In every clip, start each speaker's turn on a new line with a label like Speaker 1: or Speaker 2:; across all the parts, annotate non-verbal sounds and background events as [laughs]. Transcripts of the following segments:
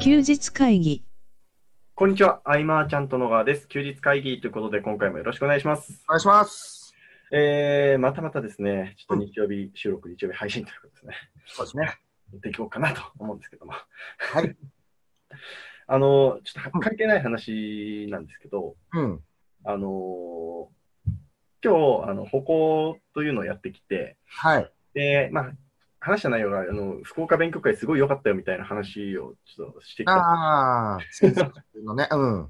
Speaker 1: 休日会議。
Speaker 2: こんにちは、アイマーちゃんと野川です。休日会議ということで、今回もよろしくお願いします。
Speaker 3: お願いします。
Speaker 2: えー、またまたですね、ちょっと日曜日収録、日曜日配信ということですね、
Speaker 3: そうですね。
Speaker 2: やっていこうかなと思うんですけども。
Speaker 3: はい。
Speaker 2: [laughs] あの、ちょっと関係ない話なんですけど、
Speaker 3: うん。
Speaker 2: あのー今日、あの、歩行というのをやってきて、
Speaker 3: はい。
Speaker 2: で、まあ、話した内容が、あの、福岡勉強会すごい良かったよみたいな話をちょっとしてきた
Speaker 3: ああ、先生の [laughs] ね、うん。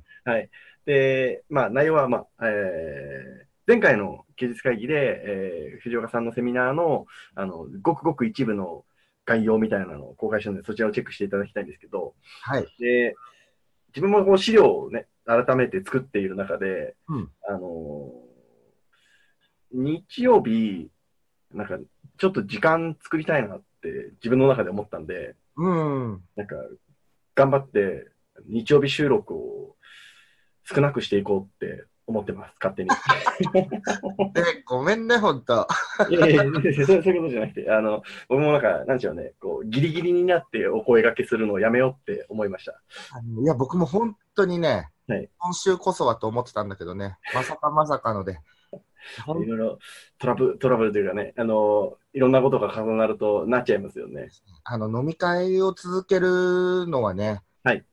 Speaker 2: で、まあ、内容は、まあえー前回の休日会議で、えー藤岡さんのセミナーのあのごくごく一部の概要みたいなのを公開したので、そちらをチェックしていただきたいんですけど、
Speaker 3: はい。
Speaker 2: で自分もこう資料を、ね、改めて作っている中で、
Speaker 3: うん
Speaker 2: あのー日曜日、なんかちょっと時間作りたいなって自分の中で思ったんで、
Speaker 3: うん。
Speaker 2: なんか、頑張って、日曜日収録を少なくしていこうって思ってます、勝手に。
Speaker 3: で、ごめんね、ほんと。
Speaker 2: いやいやそうそう [laughs] いうことじゃなくて、あの、僕もなんか、なんでしょうね、こう、ギリギリになってお声掛けするのをやめようって思いました。
Speaker 3: あのいや、僕も本当にね、
Speaker 2: はい
Speaker 3: 今週こそはと思ってたんだけどね、まさかまさかので。ほん
Speaker 2: いろいろトラブル、トラブルというかね、あの、いろんなことが重なるとなっちゃいますよね。
Speaker 3: あの飲み会を続けるのはね、
Speaker 2: はい。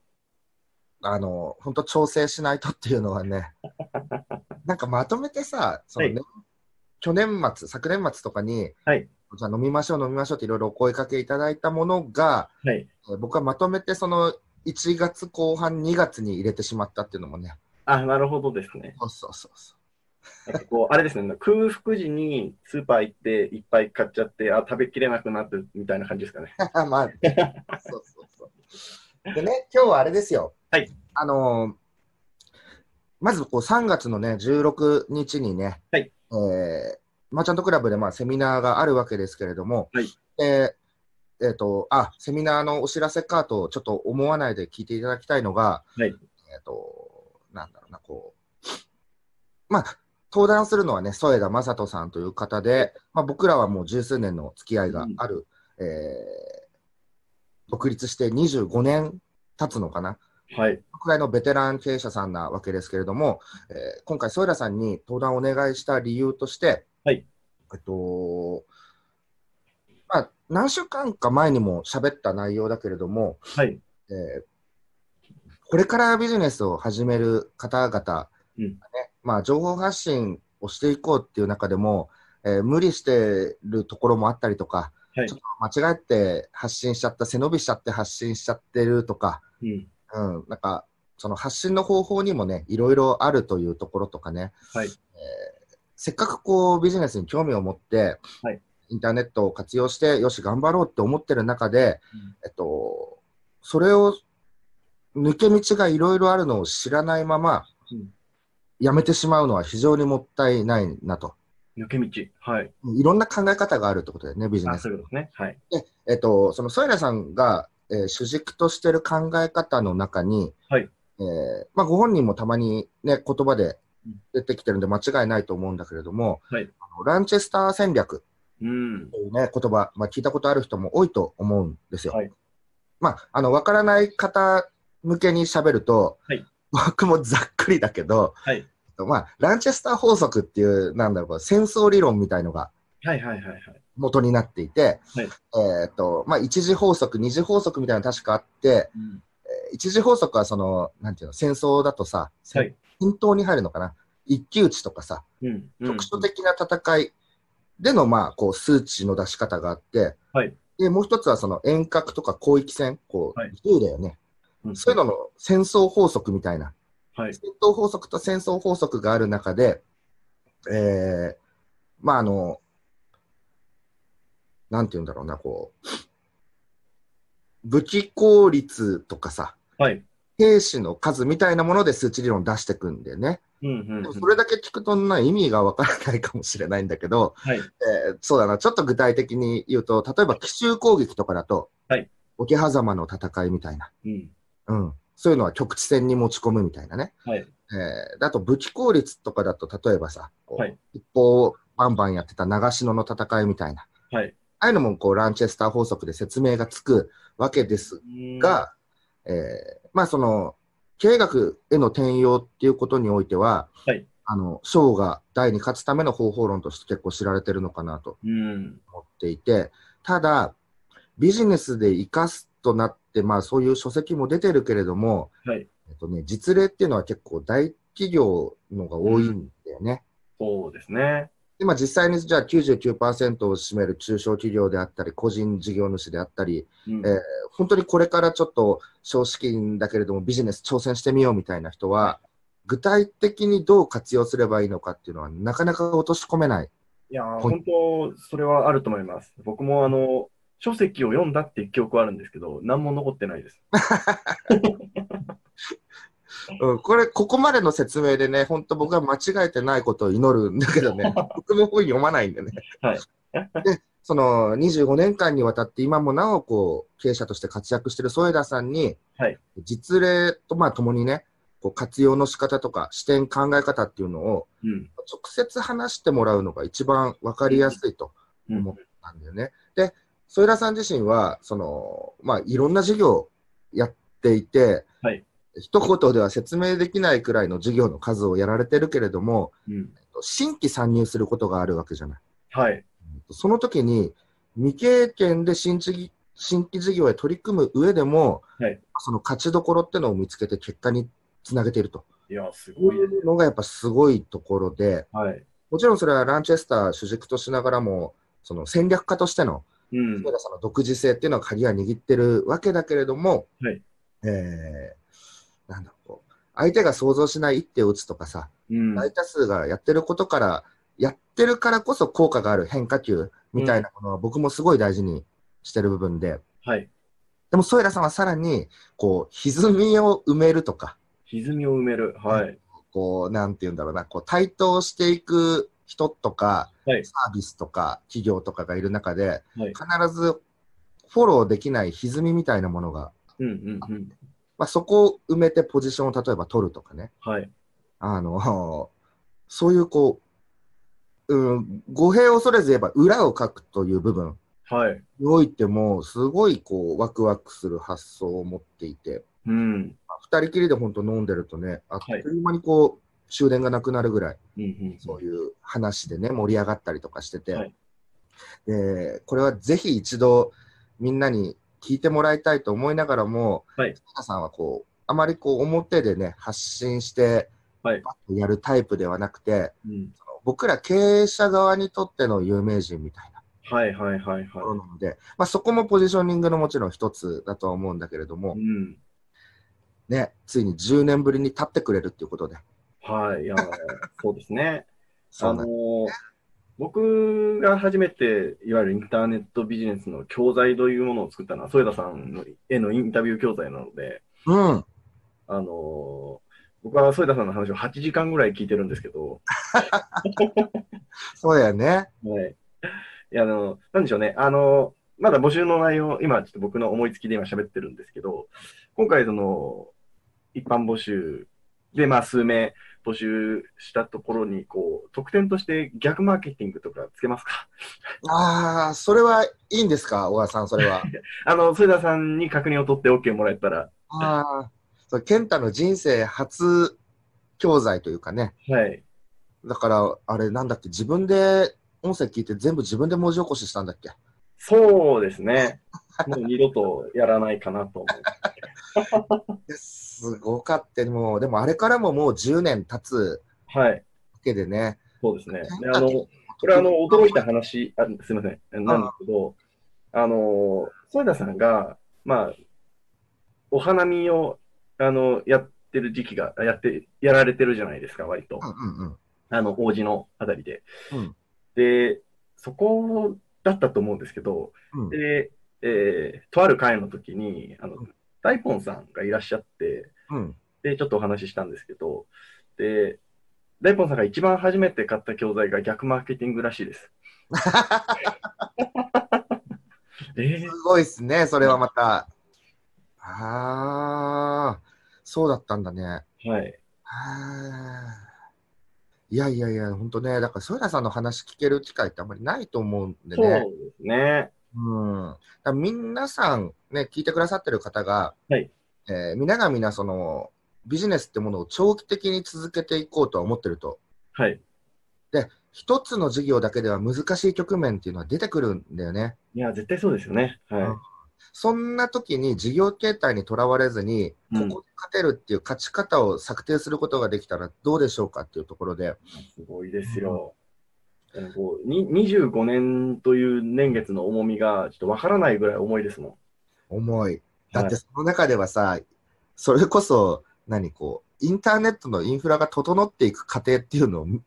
Speaker 3: あの、本当調整しないとっていうのは [laughs] ね、なんかまとめてさ、そのね、
Speaker 2: は
Speaker 3: 去年末、昨年末とかに、
Speaker 2: はい
Speaker 3: じゃあ飲みましょう、飲みましょうっていろいろお声かけいただいたものが、
Speaker 2: はい。
Speaker 3: えー僕はまとめてその1月後半、2月に入れてしまったっていうのもね、
Speaker 2: あ、なるほどですね。
Speaker 3: そうそうそうそ
Speaker 2: なんかこう、あれですね、空腹時にスーパー行って、いっぱい買っちゃって、あ、食べきれなくなって、みたいな感じですかね。
Speaker 3: う、 [laughs] まあ、そうそうそう。でね、今日はあれですよ、
Speaker 2: はい
Speaker 3: あのーまずこう3月のね、16日にね、
Speaker 2: はい
Speaker 3: えーマーチャントクラブでまあセミナーがあるわけですけれども、
Speaker 2: はい
Speaker 3: でえーとあセミナーのお知らせかとちょっと思わないで聞いていただきたいのが、
Speaker 2: はい
Speaker 3: えっ、と、なんだろうな、こう、まあ、登壇するのはね、添田正人さんという方で、まあ、僕らはもう十数年の付き合いがある、えー独立して25年経つのかな、
Speaker 2: はい。
Speaker 3: 国外のベテラン経営者さんなわけですけれども、えー今回、添田さんに登壇をお願いした理由として、
Speaker 2: はい
Speaker 3: えっとまあ、何週間か前にも喋った内容だけれども、
Speaker 2: はい。
Speaker 3: えーこれからビジネスを始める方々が
Speaker 2: う
Speaker 3: ね、
Speaker 2: ん
Speaker 3: まあ、情報発信をしていこうっていう中でも、えー無理してるところもあったりとか、
Speaker 2: はい
Speaker 3: ちょっと間違って発信しちゃった、背伸びしちゃって発信しちゃってるとか、
Speaker 2: うん。
Speaker 3: うん、なんか、その発信の方法にもね、いろいろあるというところとかね、
Speaker 2: はい
Speaker 3: えーせっかくこうビジネスに興味を持って、
Speaker 2: はい
Speaker 3: インターネットを活用して、よし、頑張ろうって思ってる中で、
Speaker 2: うん
Speaker 3: えっと、それを抜け道がいろいろあるのを知らないまま、
Speaker 2: うん
Speaker 3: やめてしまうのは非常にもったいないなと。
Speaker 2: 抜け道。はい。
Speaker 3: いろんな考え方があるってことだよね、ビジネ
Speaker 2: あ、
Speaker 3: ス
Speaker 2: そういうことですね。はい。
Speaker 3: えっと、そのソイラさんが、えー主軸としてる考え方の中に、
Speaker 2: はい
Speaker 3: えーまあ、ご本人もたまに、ね、言葉で
Speaker 2: うん
Speaker 3: 出てきてるんで間違いないと思うんだけれども、
Speaker 2: はい
Speaker 3: あのランチェスター戦略
Speaker 2: うん
Speaker 3: と。いう、ね、言葉、まあ、聞いたことある人も多いと思うんですよ。
Speaker 2: はい
Speaker 3: まあ、あの分からない方向けに喋ると、
Speaker 2: はい
Speaker 3: 僕もざっくりだけど、
Speaker 2: はい
Speaker 3: まあ、ランチェスター法則っていうなんだろうこう戦争理論みたいのが
Speaker 2: はいはいはいはい。
Speaker 3: 元になっていて、
Speaker 2: はい
Speaker 3: えーっと、まあ、一次法則、二次法則みたいなの確かあって、
Speaker 2: うん
Speaker 3: えー一次法則はその、なんていうの、戦争だとさ、
Speaker 2: はい
Speaker 3: 戦闘に入るのかな一騎打ちとかさ、
Speaker 2: うん。うん
Speaker 3: 局所的な戦いでの、まあ、こう、数値の出し方があって、
Speaker 2: はい
Speaker 3: で、もう一つはその遠隔とか広域戦、こう、
Speaker 2: はい
Speaker 3: 銃だよね。
Speaker 2: うん
Speaker 3: そういうのの戦争法則みたいな、
Speaker 2: はい。
Speaker 3: 戦闘法則と戦争法則がある中で、えー、まああの、なんて言うんだろうな、こう、武器効率とかさ、
Speaker 2: はい。
Speaker 3: 兵士の数みたいなもので数値理論を出してくんでね。
Speaker 2: うんうん
Speaker 3: で
Speaker 2: う
Speaker 3: も
Speaker 2: ん。
Speaker 3: それだけ聞くとな意味がわからないかもしれないんだけど、
Speaker 2: はい。
Speaker 3: えーそうだな、ちょっと具体的に言うと、例えば奇襲攻撃とかだと、
Speaker 2: はい
Speaker 3: 桶狭間の戦いみたいな、
Speaker 2: うん。
Speaker 3: うん、そういうのは局地戦に持ち込むみたいなね。
Speaker 2: はい。
Speaker 3: えー、あと武器効率とかだと、例えばさ、こう
Speaker 2: はい
Speaker 3: 一方をバンバンやってた長篠の戦いみたいな、
Speaker 2: はい。
Speaker 3: ああいうのもこうランチェスター法則で説明がつくわけですが、えーまあその、経営学への転用っていうことにおいては、
Speaker 2: はい
Speaker 3: あの、賞が大に勝つための方法論として結構知られてるのかなと
Speaker 2: うん。
Speaker 3: 思っていて、ただ、ビジネスで活かすとなって、まあそういう書籍も出てるけれども、
Speaker 2: はい
Speaker 3: えっとね、実例っていうのは結構大企業のが多いんだよね。
Speaker 2: そうですね。
Speaker 3: で、まあ、実際にじゃあ99%を占める中小企業であったり、個人事業主であったり、
Speaker 2: うん
Speaker 3: えー本当にこれからちょっと少資金だけれどもビジネス挑戦してみようみたいな人は、具体的にどう活用すればいいのかっていうのはなかなか落とし込めない。
Speaker 2: いやー、
Speaker 3: ほい
Speaker 2: 本当、それはあると思います。僕も、あの、書籍を読んだっていう記憶はあるんですけど、何も残ってないです。
Speaker 3: うん、これ、ここまでの説明でね、本当僕は間違えてないことを祈るんだけ
Speaker 2: [laughs]
Speaker 3: どね、僕も本読まないんでね。
Speaker 2: はい
Speaker 3: で、その25年間にわたって今もなおこう、経営者として活躍している添田さんに、
Speaker 2: はい
Speaker 3: 実例とまあ共にね、こう活用の仕方とか視点考え方っていうのを
Speaker 2: うん。
Speaker 3: 直接話してもらうのが一番わかりやすいと
Speaker 2: うん
Speaker 3: 思ったんだよね。で、添田さん自身は、その、まあ、いろんな事業やっていて、
Speaker 2: はい
Speaker 3: 一言では説明できないくらいの事業の数をやられてるけれども、
Speaker 2: うん。
Speaker 3: 新規参入することがあるわけじゃない。
Speaker 2: はい。
Speaker 3: その時に、未経験で新規新規事業へ取り組む上でも、
Speaker 2: はい
Speaker 3: その勝ちどころってのを見つけて結果につなげていると。
Speaker 2: いやー、す
Speaker 3: こ
Speaker 2: ご
Speaker 3: う
Speaker 2: い
Speaker 3: い
Speaker 2: です。
Speaker 3: うのがやっぱすごいところで、
Speaker 2: はい。
Speaker 3: もちろんそれはランチェスター主軸としながらも、その戦略家としての
Speaker 2: うん
Speaker 3: 角。田さんの独自性っていうのは鍵は握ってるわけだけれども、
Speaker 2: はい
Speaker 3: えーなんだろうこう、相手が想像しない一手を打つとかさ、
Speaker 2: うん。
Speaker 3: 大多数がやってることから、やってるからこそ効果がある変化球みたいなものは僕もすごい大事にしてる部分で、
Speaker 2: はい。
Speaker 3: でも添田さんはさらに、こう、歪みを埋めるとか、
Speaker 2: 歪みを埋める。はい。
Speaker 3: こう、なんて言うんだろうな、こう、対等していく人とか、
Speaker 2: はい
Speaker 3: サービスとか企業とかがいる中で、
Speaker 2: はい
Speaker 3: 必ずフォローできない歪みみたいなものが、
Speaker 2: うんうんうん。
Speaker 3: まあ、そこを埋めてポジションを例えば取るとかね、
Speaker 2: はい。
Speaker 3: あの、そういうこう、うん、語弊を恐れず言えば裏を書くという部分
Speaker 2: はい。
Speaker 3: においても、すごいこう、ワクワクする発想を持っていて、
Speaker 2: うん。
Speaker 3: まあ二人きりで本当飲んでるとね、あっという間にこう、終電がなくなるぐらい、
Speaker 2: うんうん。
Speaker 3: そういう話でね、盛り上がったりとかしてて、
Speaker 2: はい
Speaker 3: でこれはぜひ一度みんなに聞いてもらいたいと思いながらも、
Speaker 2: はい
Speaker 3: 皆さんはこう、あまりこう表でね、発信して、
Speaker 2: はい
Speaker 3: バッとやるタイプではなくて、
Speaker 2: うん。
Speaker 3: 僕ら経営者側にとっての有名人みたいな
Speaker 2: はいはいはい
Speaker 3: ところ
Speaker 2: は
Speaker 3: なので、まあ、そこもポジショニングのもちろん一つだとは思うんだけれども
Speaker 2: い。う、ん。
Speaker 3: ね、ついに10年ぶりに立ってくれるっていうことで、
Speaker 2: はい。いやー、そうですね。
Speaker 3: そ
Speaker 2: あ
Speaker 3: うな
Speaker 2: の
Speaker 3: ん
Speaker 2: ー僕が初めていわゆるインターネットビジネスの教材というものを作ったのは添田さんのへのインタビュー教材なので、
Speaker 3: うん、
Speaker 2: あのー僕は添田さんの話を8時間ぐらい聞いてるんですけど、
Speaker 3: そうだよね。
Speaker 2: はい、いやあのなんでしょうね、あのまだ募集の内容、今ちょっと僕の思いつきで今喋ってるんですけど、今回その一般募集で、まあ、数名募集したところにこう特典として逆マーケティングとかつけますか
Speaker 3: ああ、それはいいんですか、小川さん、それは。
Speaker 2: あの、添田さんに確認を取って OK もらえたら、
Speaker 3: ああ、そう、健太の人生初教材というかね。
Speaker 2: はい。
Speaker 3: だから、あれなんだっけ、自分で音声聞いて全部自分で文字起こししたんだっけ。
Speaker 2: そうですね。もう二度とやらないかなと思
Speaker 3: すごかった。もう、でもあれからももう10年経つ
Speaker 2: う。はい。
Speaker 3: わけでね。
Speaker 2: そうですね。で
Speaker 3: なん
Speaker 2: あ
Speaker 3: か
Speaker 2: の、これあの、驚いた話、あすいません。なんですけど、あの、添田さんが、まあ、お花見を、あの、やってる時期が、やって、やられてるじゃないですか、割と
Speaker 3: う。んうん
Speaker 2: あの、王子のあたりで。
Speaker 3: うん
Speaker 2: で、そこだったと思うんですけど、
Speaker 3: うん。うん
Speaker 2: で、えーとある会の時に、あの
Speaker 3: うん、
Speaker 2: 大ポンさんがいらっしゃって、
Speaker 3: うん。
Speaker 2: で、ちょっとお話ししたんですけど、で、大ポンさんが一番初めて買った教材が逆マーケティングらしい [laughs] です。え
Speaker 3: すごいっすね、それはまた。ああ、そうだったんだね。
Speaker 2: ー、はい。
Speaker 3: はあいやいやいや、本当ね、だから、添田さんの話聞ける機会ってあんまりないと思うんで
Speaker 2: そう
Speaker 3: ね。
Speaker 2: ですね。
Speaker 3: うん。だから皆さん、ね、聞いてくださってる方が、
Speaker 2: はい
Speaker 3: ええー皆が皆そのビジネスってものを長期的に続けていこうとは思ってると
Speaker 2: はい。
Speaker 3: 一つの事業だけでは難しい局面っていうのは出てくるんだよね。
Speaker 2: いや、絶対そうですよね。はい。
Speaker 3: うんそんな時に事業形態にとらわれずに、
Speaker 2: う
Speaker 3: ここ
Speaker 2: ん
Speaker 3: で勝てるっていう勝ち方を策定することができたらどうでしょうかっていうところで、
Speaker 2: すごいですよ。あのこうに25年という年月の重みがちょっとわからないぐらい重いですも
Speaker 3: 重い。だって
Speaker 2: は
Speaker 3: その中ではさ、それこそ、何こう、インターネットのインフラが整っていく過程っていう
Speaker 2: [laughs]
Speaker 3: のを、ね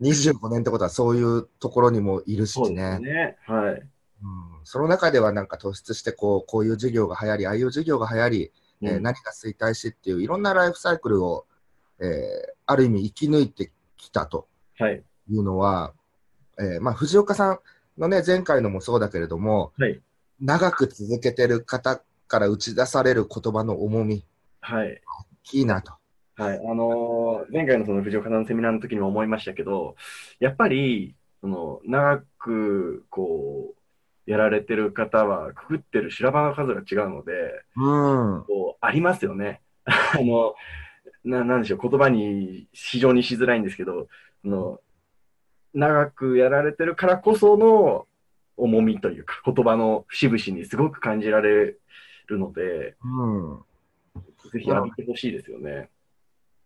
Speaker 3: 25年ってことはそういうところにもいる
Speaker 2: ん。
Speaker 3: し
Speaker 2: です
Speaker 3: ね。
Speaker 2: ね。はい。
Speaker 3: うんその中ではなんか突出してこう、こういう事業が流行り、ああいう事業が流行り、えー
Speaker 2: うん
Speaker 3: 何が衰退しっていういろんなライフサイクルを、えーある意味生き抜いてきたと
Speaker 2: はい。
Speaker 3: いうのは、えーまあ、藤岡さんのね前回のもそうだけれども、
Speaker 2: はい
Speaker 3: 長く続けてる方から打ち出される言葉の重み
Speaker 2: はい。
Speaker 3: いいなと。
Speaker 2: はい。あのー前回のその藤岡さんのセミナーの時にも思いましたけど、やっぱり、その、長く、こう、やられてる方は、くくってる修羅場の数が違うので、
Speaker 3: うん
Speaker 2: こう、ありますよね。 [laughs] あの、な、なんでしょう、言葉に非常にしづらいんですけど、あの、長くやられてるからこその重みというか、言葉の節々にすごく感じられるので、
Speaker 3: うん
Speaker 2: ぜひ浴びてほしいですよね。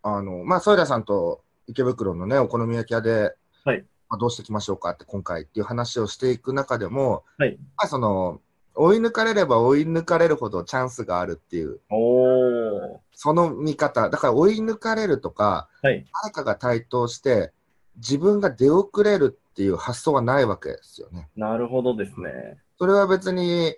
Speaker 3: あのまあ、ソイラさんと池袋のねお好み焼き屋で、
Speaker 2: はい
Speaker 3: まあ、どうしていきましょうかって今回っていう話をしていく中でも、
Speaker 2: はい
Speaker 3: まあ、その追い抜かれれば追い抜かれるほどチャンスがあるっていう
Speaker 2: おー。
Speaker 3: その見方、だから追い抜かれるとか、
Speaker 2: はい
Speaker 3: 誰かが対等して、自分が出遅れるっていう発想はないわけですよね。
Speaker 2: なるほどですね。
Speaker 3: それは別に、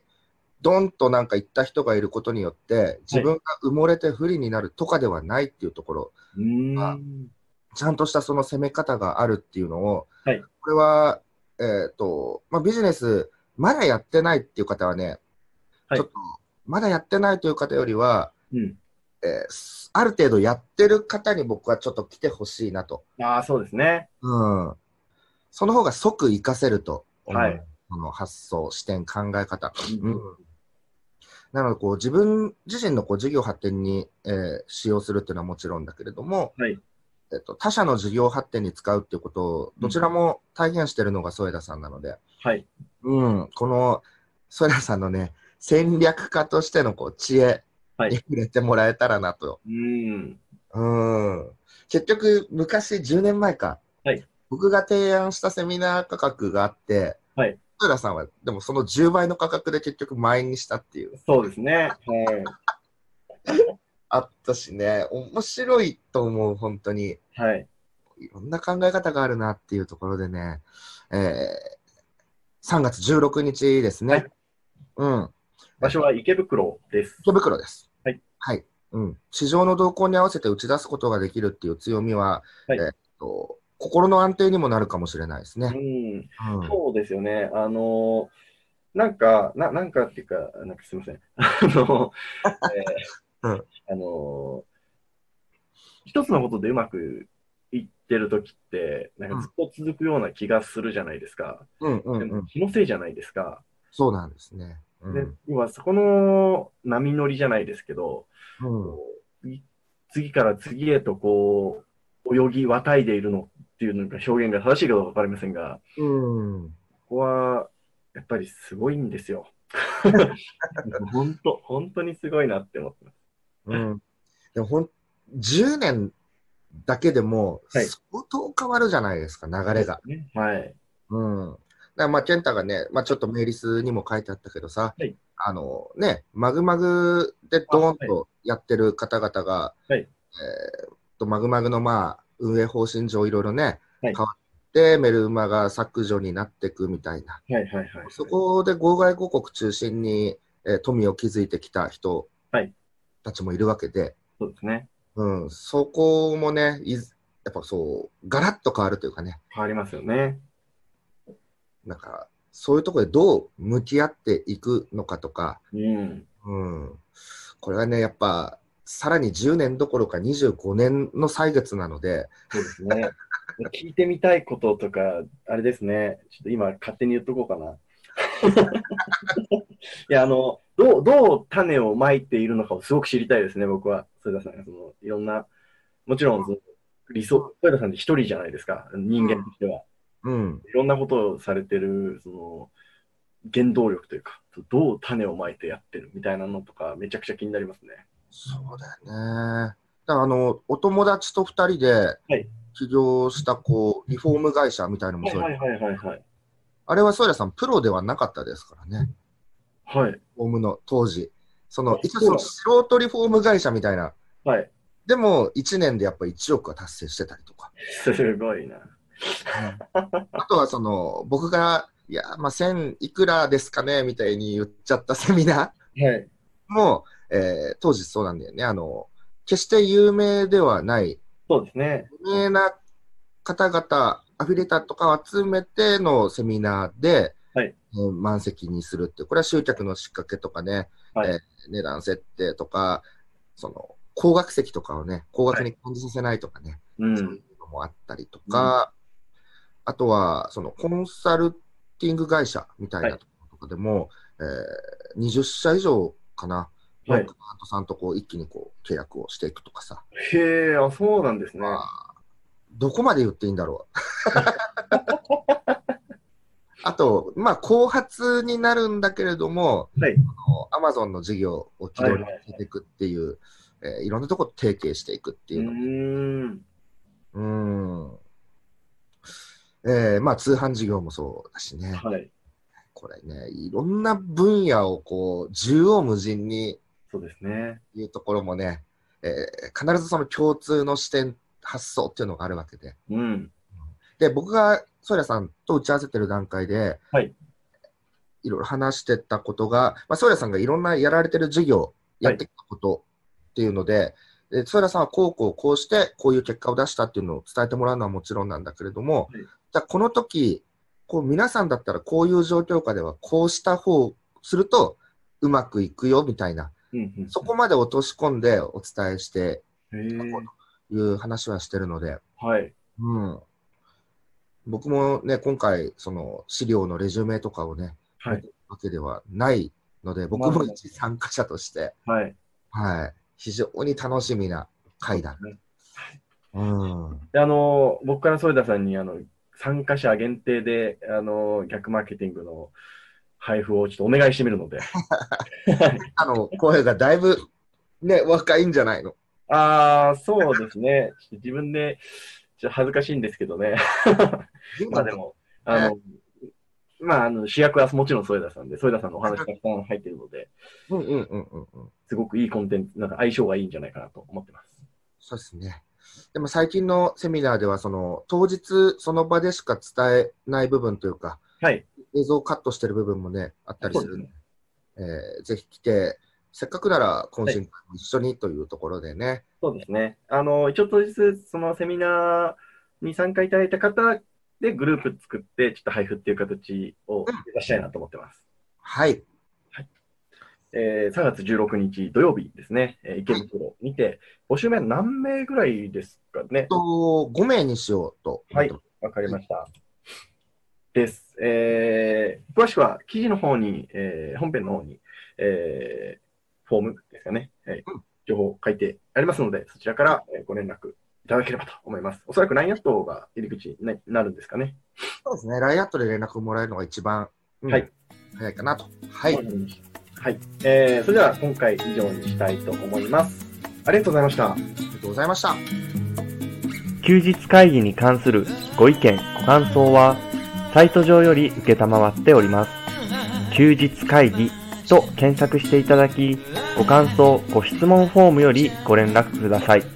Speaker 3: ドンとなんか行った人がいることによって、自分が埋もれて不利になるとかではないっていうところ、
Speaker 2: うー
Speaker 3: あ
Speaker 2: ん。
Speaker 3: ちゃんとしたその攻め方があるっていうのを、
Speaker 2: はい
Speaker 3: これは、えっ、と、まあ、ビジネス、まだやってないっていう方はね、
Speaker 2: はい
Speaker 3: ちょっと、まだやってないという方よりは、
Speaker 2: うん。
Speaker 3: えーすある程度やってる方に僕はちょっと来てほしいなと。
Speaker 2: ああ、そうですね。
Speaker 3: うん。その方が即活かせると思う。
Speaker 2: はい
Speaker 3: その発想、視点、考え方。
Speaker 2: う
Speaker 3: うんん。なので、こう、自分自身のこう事業発展に、えー使用するっていうのはもちろんだけれども、
Speaker 2: はい
Speaker 3: えっと、他社の事業発展に使うっていうことを、どちらも体現してるのが添田さんなので、
Speaker 2: はい。
Speaker 3: うん、この添田さんのね、戦略家としてのこう知恵
Speaker 2: はい
Speaker 3: に触れてもらえたらなと
Speaker 2: うん。
Speaker 3: うん。結局、昔、10年前か。
Speaker 2: はい
Speaker 3: 僕が提案したセミナー価格があって、
Speaker 2: はい。
Speaker 3: 豊田さんは、でもその10倍の価格で結局前にしたっていう。
Speaker 2: そうですね。はい。
Speaker 3: あったしね、面白いと思う、本当に。
Speaker 2: はい。
Speaker 3: いろんな考え方があるなっていうところでね、えー、3月16日ですね。
Speaker 2: はい
Speaker 3: うん。
Speaker 2: 場所は池袋です。
Speaker 3: 池袋です。
Speaker 2: はい。
Speaker 3: はい。うん。市場の動向に合わせて打ち出すことができるっていう強みは、
Speaker 2: はい
Speaker 3: えーっと、心の安定にもなるかもしれないです
Speaker 2: う
Speaker 3: ね。
Speaker 2: ん。
Speaker 3: うん
Speaker 2: そうですよね。あのなんか、ななんかっていうか、なんかすみません。 [laughs] あの、えー
Speaker 3: うん
Speaker 2: あの一つのことでうまくいってるときって、なんかずっと続くような気がするじゃないですか。
Speaker 3: うんうん
Speaker 2: で
Speaker 3: う
Speaker 2: も
Speaker 3: ん。
Speaker 2: 気のせいじゃないですか。
Speaker 3: そうなんですね。う
Speaker 2: で
Speaker 3: ん。、
Speaker 2: 要はそこの波乗りじゃないですけど、
Speaker 3: うん
Speaker 2: い次から次へとこう、泳ぎ渡いでいるのっていうのが表現が正しいかどうかわかりませんが、
Speaker 3: うん。
Speaker 2: ここは、やっぱりすごいんです
Speaker 3: [laughs]
Speaker 2: よ。本当、本当にすごいなって思ってます。
Speaker 3: うん。でもほん、10年だけでも
Speaker 2: はい
Speaker 3: 相当変わるじゃないですか、流れが。
Speaker 2: ね、はい。
Speaker 3: うん。だからまあ、健太がね、まあ、ちょっとメイリスにも書いてあったけどさ、
Speaker 2: はい
Speaker 3: あのね、マグマグでドーン
Speaker 2: あ
Speaker 3: とやってる方々が、
Speaker 2: はい
Speaker 3: えーっと、マグマグのまあ、運営方針上いろいろね、
Speaker 2: はい
Speaker 3: 変わって、メルマが削除になっていくみたいな。
Speaker 2: はいはいはい。
Speaker 3: そこで号外広告中心に、えー富を築いてきた人
Speaker 2: はい
Speaker 3: たちもいるわけで、
Speaker 2: そうですね。
Speaker 3: うん、そこもね、いずやっぱそう、ガラッと変わるというかね、
Speaker 2: 変わりますよね。
Speaker 3: なんか、そういうところでどう向き合っていくのかとか、
Speaker 2: うん。
Speaker 3: うん、これはね、やっぱ、さらに10年どころか25年の歳月なので、
Speaker 2: そうですね。聞いてみたいこととか、あれですね。ちょっと今、勝手に言っとこうかな。 [laughs] いや、あの、どう、どう種をまいているのかをすごく知りたいですね、僕は。添田さんが、その、いろんな、もちろん、その理想、添田さんって一人じゃないですか、人間としては。
Speaker 3: うん。
Speaker 2: いろんなことをされてる、その、原動力というか、どう種をまいてやってるみたいなのとか、めちゃくちゃ気になりますね。
Speaker 3: そうだよね。だからあの、お友達と二人で
Speaker 2: い
Speaker 3: 起業した、こう、リフォーム会社みたいのもそう、
Speaker 2: はいはいはいはい。
Speaker 3: あれはソイラさん、プロではなかったですからね。
Speaker 2: はい。
Speaker 3: リフォームの当時。その、一
Speaker 2: そ
Speaker 3: 応
Speaker 2: う
Speaker 3: そ
Speaker 2: な
Speaker 3: の
Speaker 2: の
Speaker 3: 素人リフォーム会社みたいな。
Speaker 2: はい。
Speaker 3: でも、1年でやっぱ1億は達成してたりとか。
Speaker 2: すごいな。
Speaker 3: あとはその、僕が、いや、まあ、1000いくらですかね、みたいに言っちゃったセミナ
Speaker 2: はい。
Speaker 3: ーも、えー当時そうなんだよね。あの、決して有名ではない、
Speaker 2: そうですね。
Speaker 3: 有名な方々、アフィリエーターとかを集めてのセミナーで、
Speaker 2: はい
Speaker 3: うん満席にするっていう、これは集客の仕掛けとかね、
Speaker 2: はい
Speaker 3: えー値段設定とか、その、高額席とかをね、高額に感じさせないとかね、
Speaker 2: うん。
Speaker 3: そういうのもあったりとか、あとはそのコンサルティング会社みたいなところとかでも、えー20社以上かな、
Speaker 2: は
Speaker 3: の
Speaker 2: い
Speaker 3: クライアントさんとこう一気にこう契約をしていくとかさ、
Speaker 2: へえ、あ、そうなんですね。
Speaker 3: まあ、どこまで言っていいんだろう。
Speaker 2: [laughs]
Speaker 3: あと、まあ、後発になるんだけれども、
Speaker 2: はい
Speaker 3: アマゾンの事業を軌道に乗せていくっていう、いえーいろんなところ提携していくって
Speaker 2: う
Speaker 3: いうのも
Speaker 2: ーん。
Speaker 3: うーん。えー、まあ通販事業もそうだしね、
Speaker 2: はい。
Speaker 3: これね、いろんな分野をこう、縦横無尽に
Speaker 2: そうですね。
Speaker 3: いうところもね、えー必ずその共通の視点、発想っていうのがあるわけで。
Speaker 2: うん。
Speaker 3: で、僕がソイラさんと打ち合わせてる段階で、
Speaker 2: はい。
Speaker 3: いろいろ話してたことが、まあ、ソイラさんがいろんなやられてる事業、やってきたことっていうので、でソイラさんはこうこうこうして、こういう結果を出したっていうのを伝えてもらうのはもちろんなんだけれども、
Speaker 2: はい
Speaker 3: じゃあこの時、こう皆さんだったらこういう状況下ではこうした方するとうまくいくよみたいな、
Speaker 2: うん、うん。
Speaker 3: そこまで落とし込んでお伝えして
Speaker 2: へえ。
Speaker 3: いう話はしてるので、
Speaker 2: はい。
Speaker 3: うん、僕もね、今回、その資料のレジュメとかをね、
Speaker 2: はい
Speaker 3: 持ってるわけではないので、僕
Speaker 2: ま
Speaker 3: も
Speaker 2: あ
Speaker 3: 一参加者として、
Speaker 2: はい。
Speaker 3: はい、非常に楽しみな回だ。うん、
Speaker 2: で、あの、僕から添田さんに、あの、参加者限定で、あの、逆マーケティングの配布をちょっとお願いしてみるので。
Speaker 3: あの声がだいぶ、ね、若いんじゃないの
Speaker 2: [laughs] ああ、そうですね。ちょっと自分で、ちょっと恥ずかしいんですけどね。まあでも、 [laughs] あの、まあ、あの主役はもちろん添田さんで、添田さんのお話がたくさん入っているので、
Speaker 3: うんうんうんうんうん。
Speaker 2: すごくいいコンテンツ、なんか相性がいいんじゃないかなと思ってます。
Speaker 3: そうですね。でも最近のセミナーでは、その当日その場でしか伝えない部分というか、
Speaker 2: はい。
Speaker 3: 映像をカットしてる部分もね、あったりする
Speaker 2: そうで
Speaker 3: えーぜひ来て、せっかくなら懇親会も一緒にというところでね、
Speaker 2: そうですね。あの、一応当日、そのセミナーに参加いただいた方でグループ作って、ちょっと配布っていう形を目指したいなと思ってます。
Speaker 3: はい、
Speaker 2: えー3月16日土曜日ですね、えー池袋にて、募集名何名ぐらいですかね。
Speaker 3: と5名にしようと思ってます。
Speaker 2: わかりました。です。えー詳しくは記事の方に、えー本編の方に、えーフォームですかね、はい
Speaker 3: うん
Speaker 2: 情報を書いてありますので、そちらからえーご連絡いただければと思います。おそらく LINE アットが入り口にななるんですかね。
Speaker 3: そうですね、ラインアットで連絡もらえるのが一番、うん
Speaker 2: はい
Speaker 3: 早いかなと。はい、ありがとう
Speaker 2: はい。えーそれでは今回以上にしたいと思います。ありがとうございました。
Speaker 3: ございました。
Speaker 1: 休日会議に関するご意見、ご感想は、サイト上より受けたまわっております。休日会議と検索していただき、ご感想、ご質問フォームよりご連絡ください。